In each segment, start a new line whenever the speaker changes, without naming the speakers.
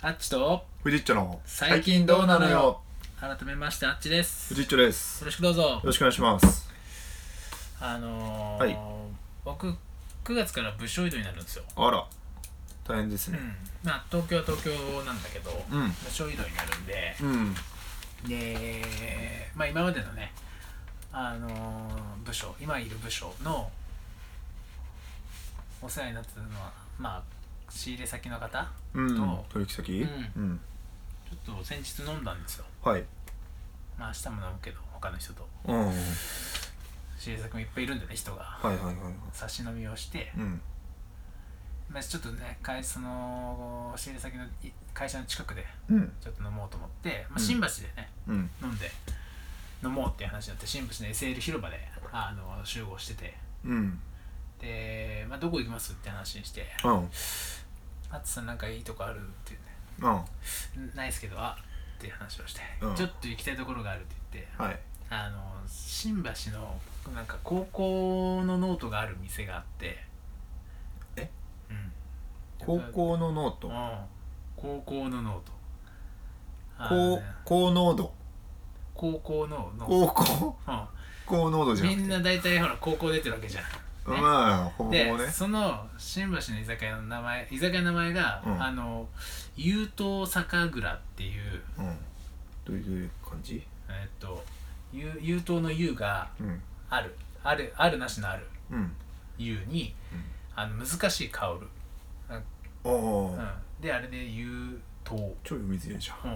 あっちと
フジッチョの
最近どうなのよ改めましてあっちです
フ
よ
ジッチョですよ
ろしくどうぞ
ろしくお願いします
あのー
はい
僕9月から部署移動になるんですよ、
あら大変です
うん
ね、
まあ、東京は東京なんだけど、
うん
部署移動になるんで
うん
で、まあ、今までのね、あのー部署今いる部署のお世話になってたのは、まあ、仕入れ先の方
うん、
どう
取引先
うん
うん、
ちょっと先日飲んだんですよ
はい
まあ明日も飲むけど他の人と
うんはい
仕入れ先もいっぱいいるんだね人が
はいはいはい
差し飲みをして、
うん
まあ、ちょっとね会その仕入れ先のい会社の近くで
うん
ちょっと飲もうと思って、ま
う
あ、
ん
新橋でね、
うん
飲んで飲もうっていう話になって新橋の SL 広場であの集合してて
うん
で、まあ、どこ行きますって話にして
うんうん
「あつさんなんかいいとこある?」って言っ
は
て「ないですけどあっていう話をして、
うん
ちょっと行きたいところがあるって言って、
い
あの新橋のなんか高校のノートがある店があって
え
うん
高校のノート
うん高校のノートあの
高
ね
高濃度
高校のノー
高校
ト、
高濃度
う
じ
ん、
ゃん
みんな大体ほら高校出てるわけじゃんね
まあほぼほぼ
で、
ね
その新橋の居酒屋の名前居酒屋の名前が、
うん
あの優等酒蔵っていう
うんどういう感じ
えっとゆ優等の優が
うん
あるあるあるなしのある
うん
優にあの難しい香る、
うん
う
ああ、
ん、であれで優等
超読みづらいじゃ
うん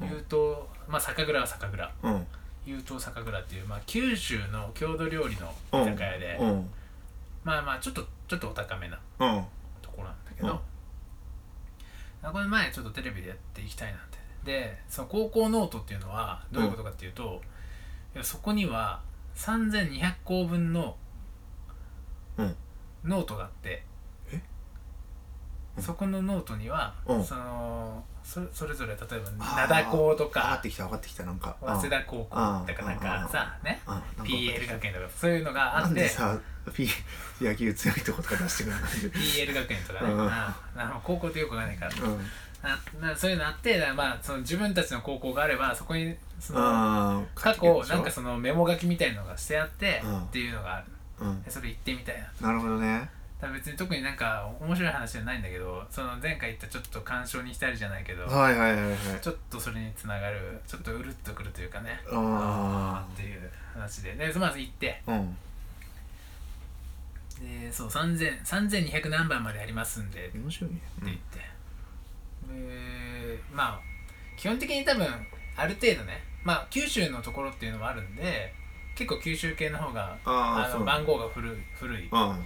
うん
優等まあ酒蔵は酒蔵
んうん
優等酒蔵っていう、まあ、九州の郷土料理の居酒屋で、
うん
まあまあちょっとちょっとお高めな
うん
ところなんだけど、あこれ前ちょっとテレビでやっていきたいなってでその高校ノートっていうのはどういうことかっていうと、いやそこには3200校分の
うん
ノートがあって、
えうん
そこのノートには、
うん
そのそれそれぞれ例えば
あー
灘校と
上がっ
か
てきた上がってきたなんか
早稲田高校とか
うん
なんかさね
うんなんか
PL 学園とかそういうのがあ
な
っ
んで
て
さ P 野球強いとことか出してくれないんで
PL 学園とかね、
うん
ああの高校ってよくわかんないから
うん
ななそういうのあってだからまあその自分たちの高校があればそこにその
あー
過去なんか
書いて
そのメモ書きみたいのがしてあって、
うん
っていうのがある
くれるでしょうん
でそれ行ってみたいなだか
なるほどね
ら別に特になんか面白い話じゃないんだけどその前回言ったちょっと鑑賞に浸るじゃないけど
はいはいはいはい
ちょっとそれにつながるちょっとうるっとくるというかね
あ
っていう話ででまず行って
あうん
でそう3000 3200何番までありますんで
面白いね
って言って、でまあ基本的に多分ある程度ねまあ九州のところっていうのもあるんで結構九州系の方が
あー
の
そう
番号が古い古い
うんうん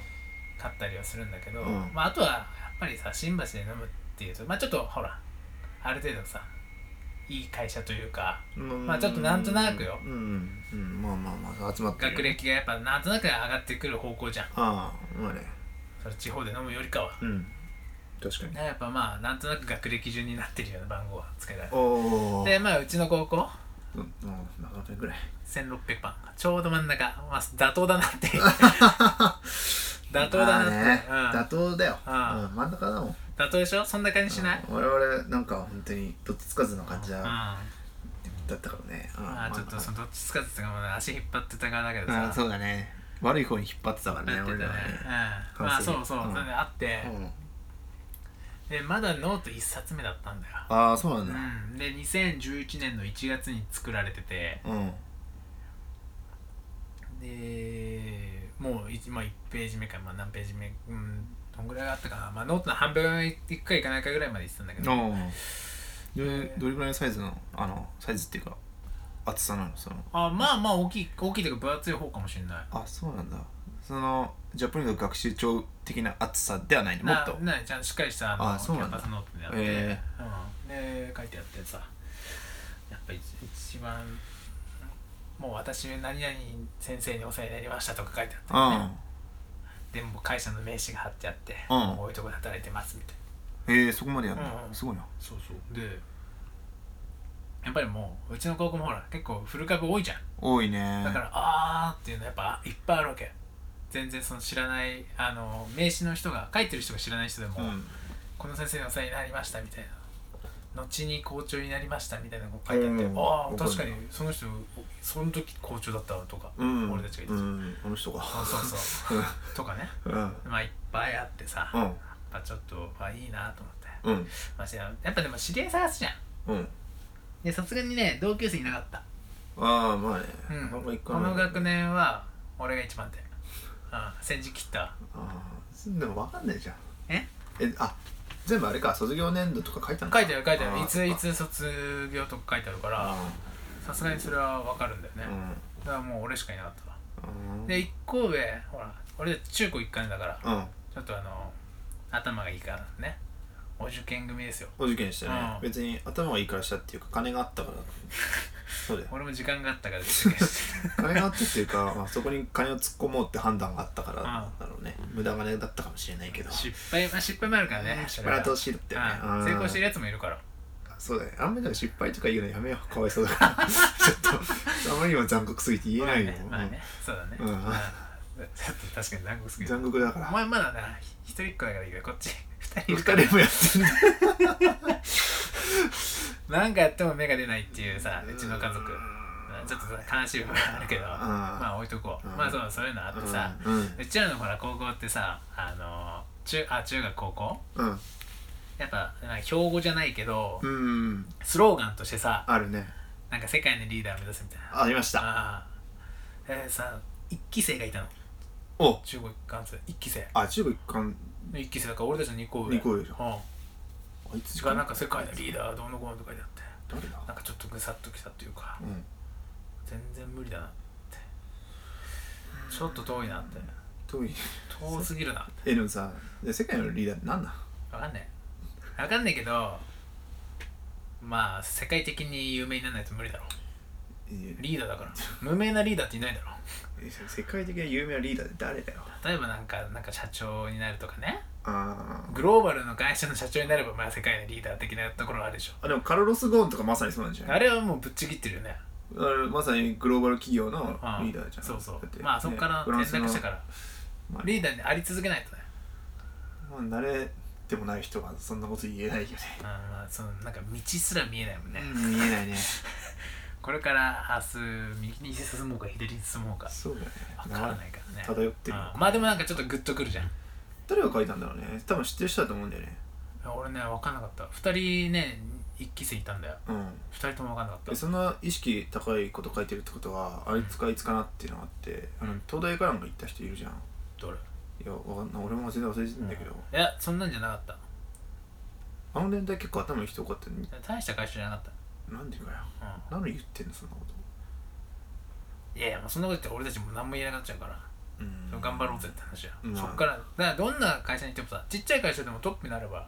かったりはするんだけど、
うん
まあ、あとはやっぱりさ新橋で飲むっていうとまあちょっとほらある程度さいい会社というか
うん
まあちょっとなんとなくよ
うんうんうんまあまあまあ集まってる
学歴がやっぱなんとなく上がってくる方向じゃん
ああまあね
それ地方で飲むよりかは。
うん確かに
だからやっぱまあなんとなく学歴順になってるような番号はつけられる
おお
でまあうちの高校
うんうんなかなかぐらい
1600番ちょうど真ん中、まあ、妥当だなって 妥当だなっ
まあ
て、
ね
うん
妥当だよう
うん
ん真ん中だもん
妥当でしょそんな感じしない、うん
うん我々なんか本当にどっちつかずの感じだ
ま
ったからねうん
あちょっとそのどっちつかずつかもうね足引っ張ってた側だけど
あ
さ
あそうだね悪い方に引っ張ってたからね
やってた
俺
ね
らは
うん、まあ
完成
そうそう、
うん
それであって、
ね
でまだノート1冊目だったんだよ、
ああそうなん
う
だ
ん、で2011年の1月に作られてて
うん
でもう 1,、まあ、1ページ目か、まあ、何ページ目うんどんぐらいあったかな、まあ、ノートの半分いくかいかないかぐらいまでいってたんだけど
おーでどれぐらいのサイズのあのサイズっていうか厚さなのその
あまあまあ大きい大きいというか分厚い方かもしれない
あそうなんだそのじゃあとにかく学習帳的な厚さではないのも
な
っと
なちゃんとしっかりしたあの
あそう
キ
な
ャン
んだ
パスノートでやって、
へ
うん、で書いてあってさやっぱり一番もう私何々先生にお世話になりましたとか書いて
うん
あって、ね、でも会社の名刺が貼ってあって、
うん
こういうとこで働いてますみたいな
へえそこまでやる
う
の
ん
すごいな
そうそうでやっぱりもううちの高校もほら結構古株多いじゃん
多いね
だから、あーっていうのやっぱいっぱいあるわけ。全然その知らない、あの、名刺の人が、書いてる人が知らない人でも、
うん
この先生のお世話になりましたみたいな。後に校長になりましたみたいなのが書いてあって、
うん
ああ
わかる
確かにその人その時校長だったわとか、
うん
俺たちが言ってた、
うんあの人
そ
か
うそうそうとか ね
うんうん
まあいっぱいあってさ、
う
やっ
ん
ぱちょっとまあいいなと思って、
うん
まあし、やっぱでも知り合い探すじゃん
うん
でさすがにね同級生いなかった、
ああまあね、
うん、
あんま行
こ
かない
の学年は俺が一番手うん先陣切った
ああでも分かんないじゃん
え
えあ全部あれか卒業年度とか書いたのか
書いてある書いてあ
あ
る
ー
いついつ卒業とか書いてあるから
あ
さすがにそれは分かるんだよね
あう
だ
ん
からもう俺しかいなかったわ
うん
で1個上ほら俺たち中高一貫だから
うん
ちょっとあの頭がいいからねお受験組ですよ
お受験してね
うん
別に頭がいいからしたっていうか金があったから そうだよ
俺も時間があったから受験 して
金があったっていうか、まあ、そこに金を突っ込もうって判断があったからなんだろうね無駄金だったかもしれないけど
失敗まあ失敗もあるからね
失敗は投
し
資だったよねうん
成功してるやつもいるから
そうだねあんまりでも失敗とか言うのやめようかわいそうだか らちょっとあまりにも残酷すぎて言えないよ、
まあねまあねそうだね
うん
うんちょっと確かに南国すぎ
うん
る
残酷だか
お
ら
前まだな一人っ子だからいいからこっち 二人い
二
るから
人もやってんだ
なんかやっても芽が出ないっていう さうちの家族
うん
ちょっとさ悲しい部分あるけど
うん
まあ置いとこう
うん
まあそうそういうのあってさ
うん
うちらのほら高校ってさあの中あ中学高校
うん
やっぱなんか標語じゃないけど
うん、うん、
スローガンとしてさ
あるね
なんか世界のリーダーを目指すみたいな
ありました
ああえーさ一期生がいたの
お
中国一貫生一期生
あ中国一貫
一期生だから俺たちの2校上
二校上じゃん
うん
あいつ
がなんか世界のリーダーどうのこうのとか書いてあって
誰だ
なんかちょっとぐさっときたというか
うん
全然無理だなってちょっと遠いなって
遠い
遠すぎるなって
えでもさで世界のリーダーって何なん
分かんない分かんないけどまあ世界的に有名にならないと無理だろ
え
リーダーだから無名なリーダーっていないだろ
え世界的な有名なリーダーって誰だよ
例えばなんかなんか社長になるとかね
あー
グローバルの会社の社長になればまあ世界のリーダー的なところあるでしょ
あでもカルロス・ゴーンとかまさにそうなんじゃな
あ
い
れはもうぶっちぎってるよね
あれまさにグローバル企業の
うん
リーダーじゃん
そうそ
だって
うまあそこから
ねフランス
転
の
落したから
まあ
リーダーにあり続けないとね
まあ慣れてもない人はそんなこと言えないよね
うんまあそのなんか道すら見えないもんね、
うん見えない ね
これから明日右に進もうか左に進もうか
そうだよね
分からないからね
漂ってる
うんまあでもなんかちょっとグッとくるじゃん
誰が書いたんだろうね多分知ってる人だと思うんだよね
俺ね分かんなかった2人ね1期生いたんだよ
うん
2人とも分かんなか
え
っ
そんな意識高いこと書いてるってことはあいつかあいつかなっていうのがあってあの東大かなんか行った人いるじゃん
たどれ
いやわかんない俺も全然忘れてたんだけど、
いやそんなんじゃなかっ
あの年代結構頭いい人多かったのに
た大した会社じゃなかっ
なんでかよ
た、うん
何言ってんのそんなこと
いやいやもうそんなこと言って俺たちも何も言えなくなっちゃうから、
うん
頑張ろうぜって話や、
うん
そっからだからどんな会社に行ってもさちっちゃい会社でもトップになれば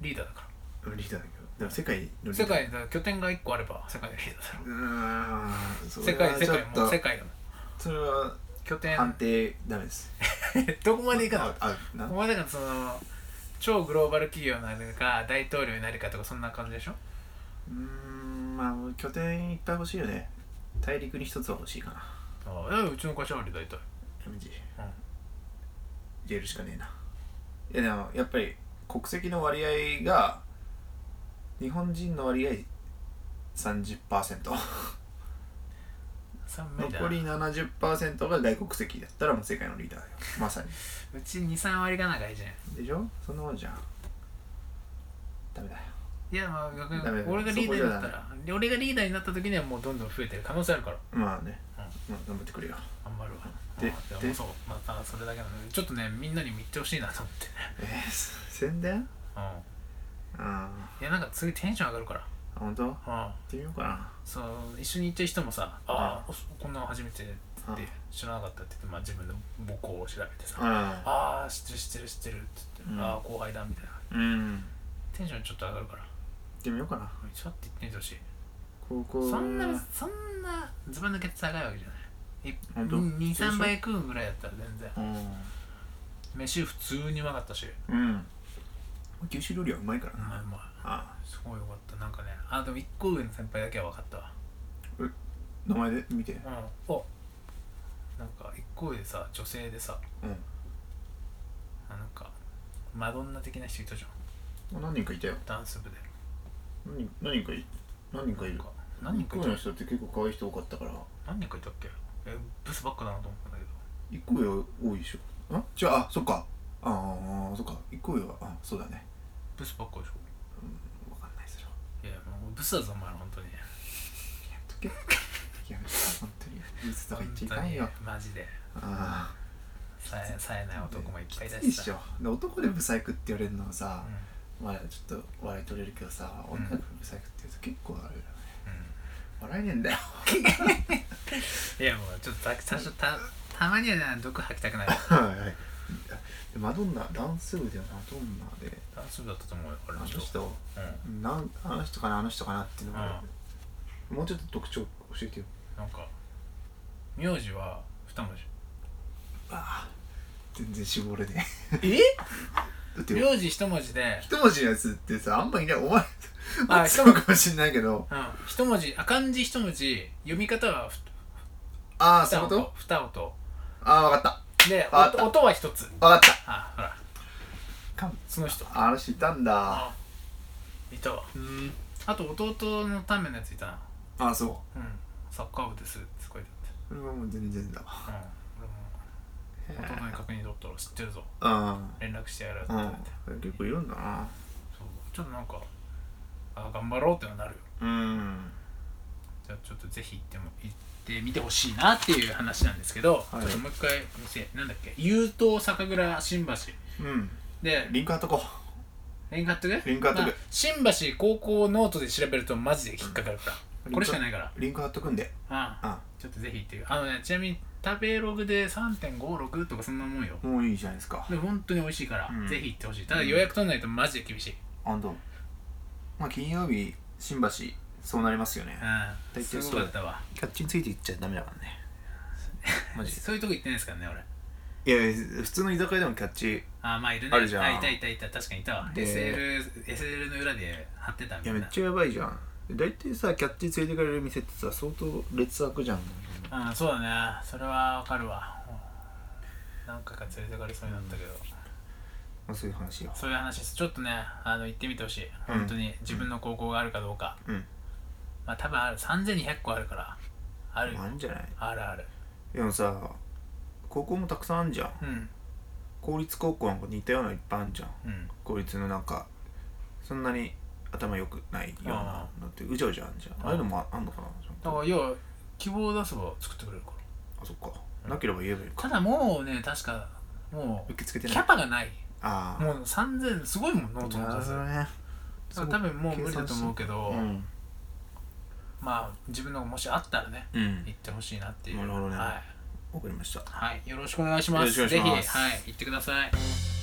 リーダーだか
リーダーだけどでも世界のリ
ら
ーダ
世
ー
界で拠点が1個あれば世界のリーダーだろ
うーんそれ
世界
は
世
ちょっ
界
と
もう世界だもん
それは
拠点
判定ダメです
どこまで行かな
ああな
お前だからその超グローバル企業になるか大統領になるかとかそんな感じでしょ
うーんまあ拠点いっぱい欲しいよね大陸に一つは欲しいかな
ああうちの会社はあるよ大体
MG
うん
入れるしかねえないやでもやっぱり国籍の割合が日本人の割合30%
それは無理だな
残り70%が外国籍だったらもう世界のリーダーだよまさに
うち23割が長いじゃん
でしょそんなもんじゃんダメだよ
いやまあ逆に
ダメだよ
俺がリーダーになっ
そこ
た
じゃ
ら俺がリーダーになった時にはもうどんどん増えてる可能性あるから
まあね、まあ、頑張ってくれよ
頑張るわ
で
うん
で
もそうまたそれだけなのでちょっとねみんなにも言ってほしいなと思ってね
えー、宣伝
う
あ
んいやなんかすごいテンション上がるか
あ本当行っ
らうん
てみようか
そう一緒に行った人もさ「ああこんなの初めて」って
な
知らなかったって言って、まあ、自分の母校を調べてさ
あ
ああ知ってる知ってる知ってるって言って、
うん
ああ後輩だみたいな
うんうん行
テンションちょっと上がるから
ってみようかな
ちょっと言ってみてほしい
高校
そんなそんなずば抜けて高いわけじゃ
ほんと
ない23倍食うぐらいだったら全然
うん
飯普通にうまかったしう
うん九州料理はうまいからな、
ま
あ
いうまい
あ
すごいよかったなんかねあでも1個上の先輩だけは分かったわ
名前で見て
うんおなんか1個上でさ女性でさ
うん
あなんかマドンナ的な人いたじゃん
何人かいたよ
ダンス部で
何何人かい何人かいる
なんか何人か
1
いた
個上の人って結構可愛い人多かったから
何人かいたっけえブスばっかだなと思ったんだけど
1個上多いでしょん違うあそっかああそっか1個上はあそうだね
ブスばっかでしょ
わかんないそれはい
やもうブスだぞお前ら本当に
やめとけやめとけ本当にブスとか言っちゃいかんよ
本当にマジで
あ
さえ冴えない男もいっぱい
あ
だ
いい
し
っし
さ、
ょで男でブサイクって言われるのは
う
さ
ん、
まあちょっと笑い取れるけどさ
うん
女の子でブサイクって言うと結構あれだね
うん
笑えねえ んだよ
いやもうちょっと最初たたまにはな毒吐きたくない
はいはいでマドンナダンス部ではマドンナで
ダンス部だったと思うよ
あ
俺
の
の人
人
うん
なんあの人かなあの人かなっていうのが、もうちょっと特徴教えてよ
なんか名字は二文字
ああ全然絞れね
え
えだって
名字一文字 で
一文字のやつってさあんまいない お前
あ
あそうかもしんないけど
うん一文字あ漢字一文字読み方はふ
ああそう
二
いうこ
音
と
二音
ああわかった
で
あった
音音は一つ
わかった
あほら
かん
その人
あの人いたんだ
あいたわ
うん
あと弟のためのやついたな
ああそ
うんサッカー部ですって書いて
うそれはもう全然だわ
あったうん俺も弟に確認取ったら知ってるぞ
うん
連絡してやるって言
う
わ
ん
れて
結構いるんだな
そうちょっとなんかあ頑張ろうってのなるよ
うん
じゃあちょっとぜひ行っても行ってみてほしいなっていう話なんですけど、
はい
ちょっともう一回店なんだっけ優等酒蔵新橋
うん
で
リンク貼っとこ
レンガット
リンク貼っとく
新橋高校ノートで調べるとマジで引っかかるから、
うん
これしかないから
うリンク貼っとくんで
ああ
あ
ちょっとぜひ行ってあのねちなみに食べログで3.56とかそんなもんよ
もういいじゃないですか
で本当に美味しいから、
うん
ぜひ行ってほしいただ予約取らないとマジで厳しい、うん、
あんとまあ金曜日新橋そうなりますよね大体
す
そう
ごかったわ
キャッチについていっちゃダメだからねマジで
そういうとこ行ってないですからね俺
いやいや普通の居酒屋でもキャッチ
あまあいるね
あるじゃん
いたいたいた確かにいたわ
で
SL, SL の裏で貼ってたみ
い
た
や
い
めっ
な
ちゃやばいじゃん大体さキャッチについてくれる店ってさ相当劣悪じゃん
うんそうだねそれはわかるわうん何回か連れてかれそうになったけど、
まあそういう話よ
そういう話ですちょっとねあの行ってみてほしい
うん
本当に自分の高校があるかどうか、
うん
まあ多分ある3200個あるからある
あんじゃない
あるある
でもさ高校もたくさんあんじゃん
うん
公立高校なんか似たようないっぱいあんじゃん
うん
公立のなんかそんなに頭良くないようなのってうじゃうじゃあんじゃん
あー
ああいうのもああんのかなちゃ
だ
ん
か
と
ら要は希望を出せば作ってくれるから
あそっかなければ言えばいいか
ただもうね確かもう
受け付け
キ
てない
ャパがない
ああ
もう3000すごいもんノートの
なる
数
ほどね
そう多分もう無理だと思うけど、
うん
まあ自分のがもしあったらね
うん
行ってほしいなっていう
なるほどね
はい
わかりました
はい、よろしくお願いします
よろしくお願いしま
ぜ
す
ひ、はい、行ってください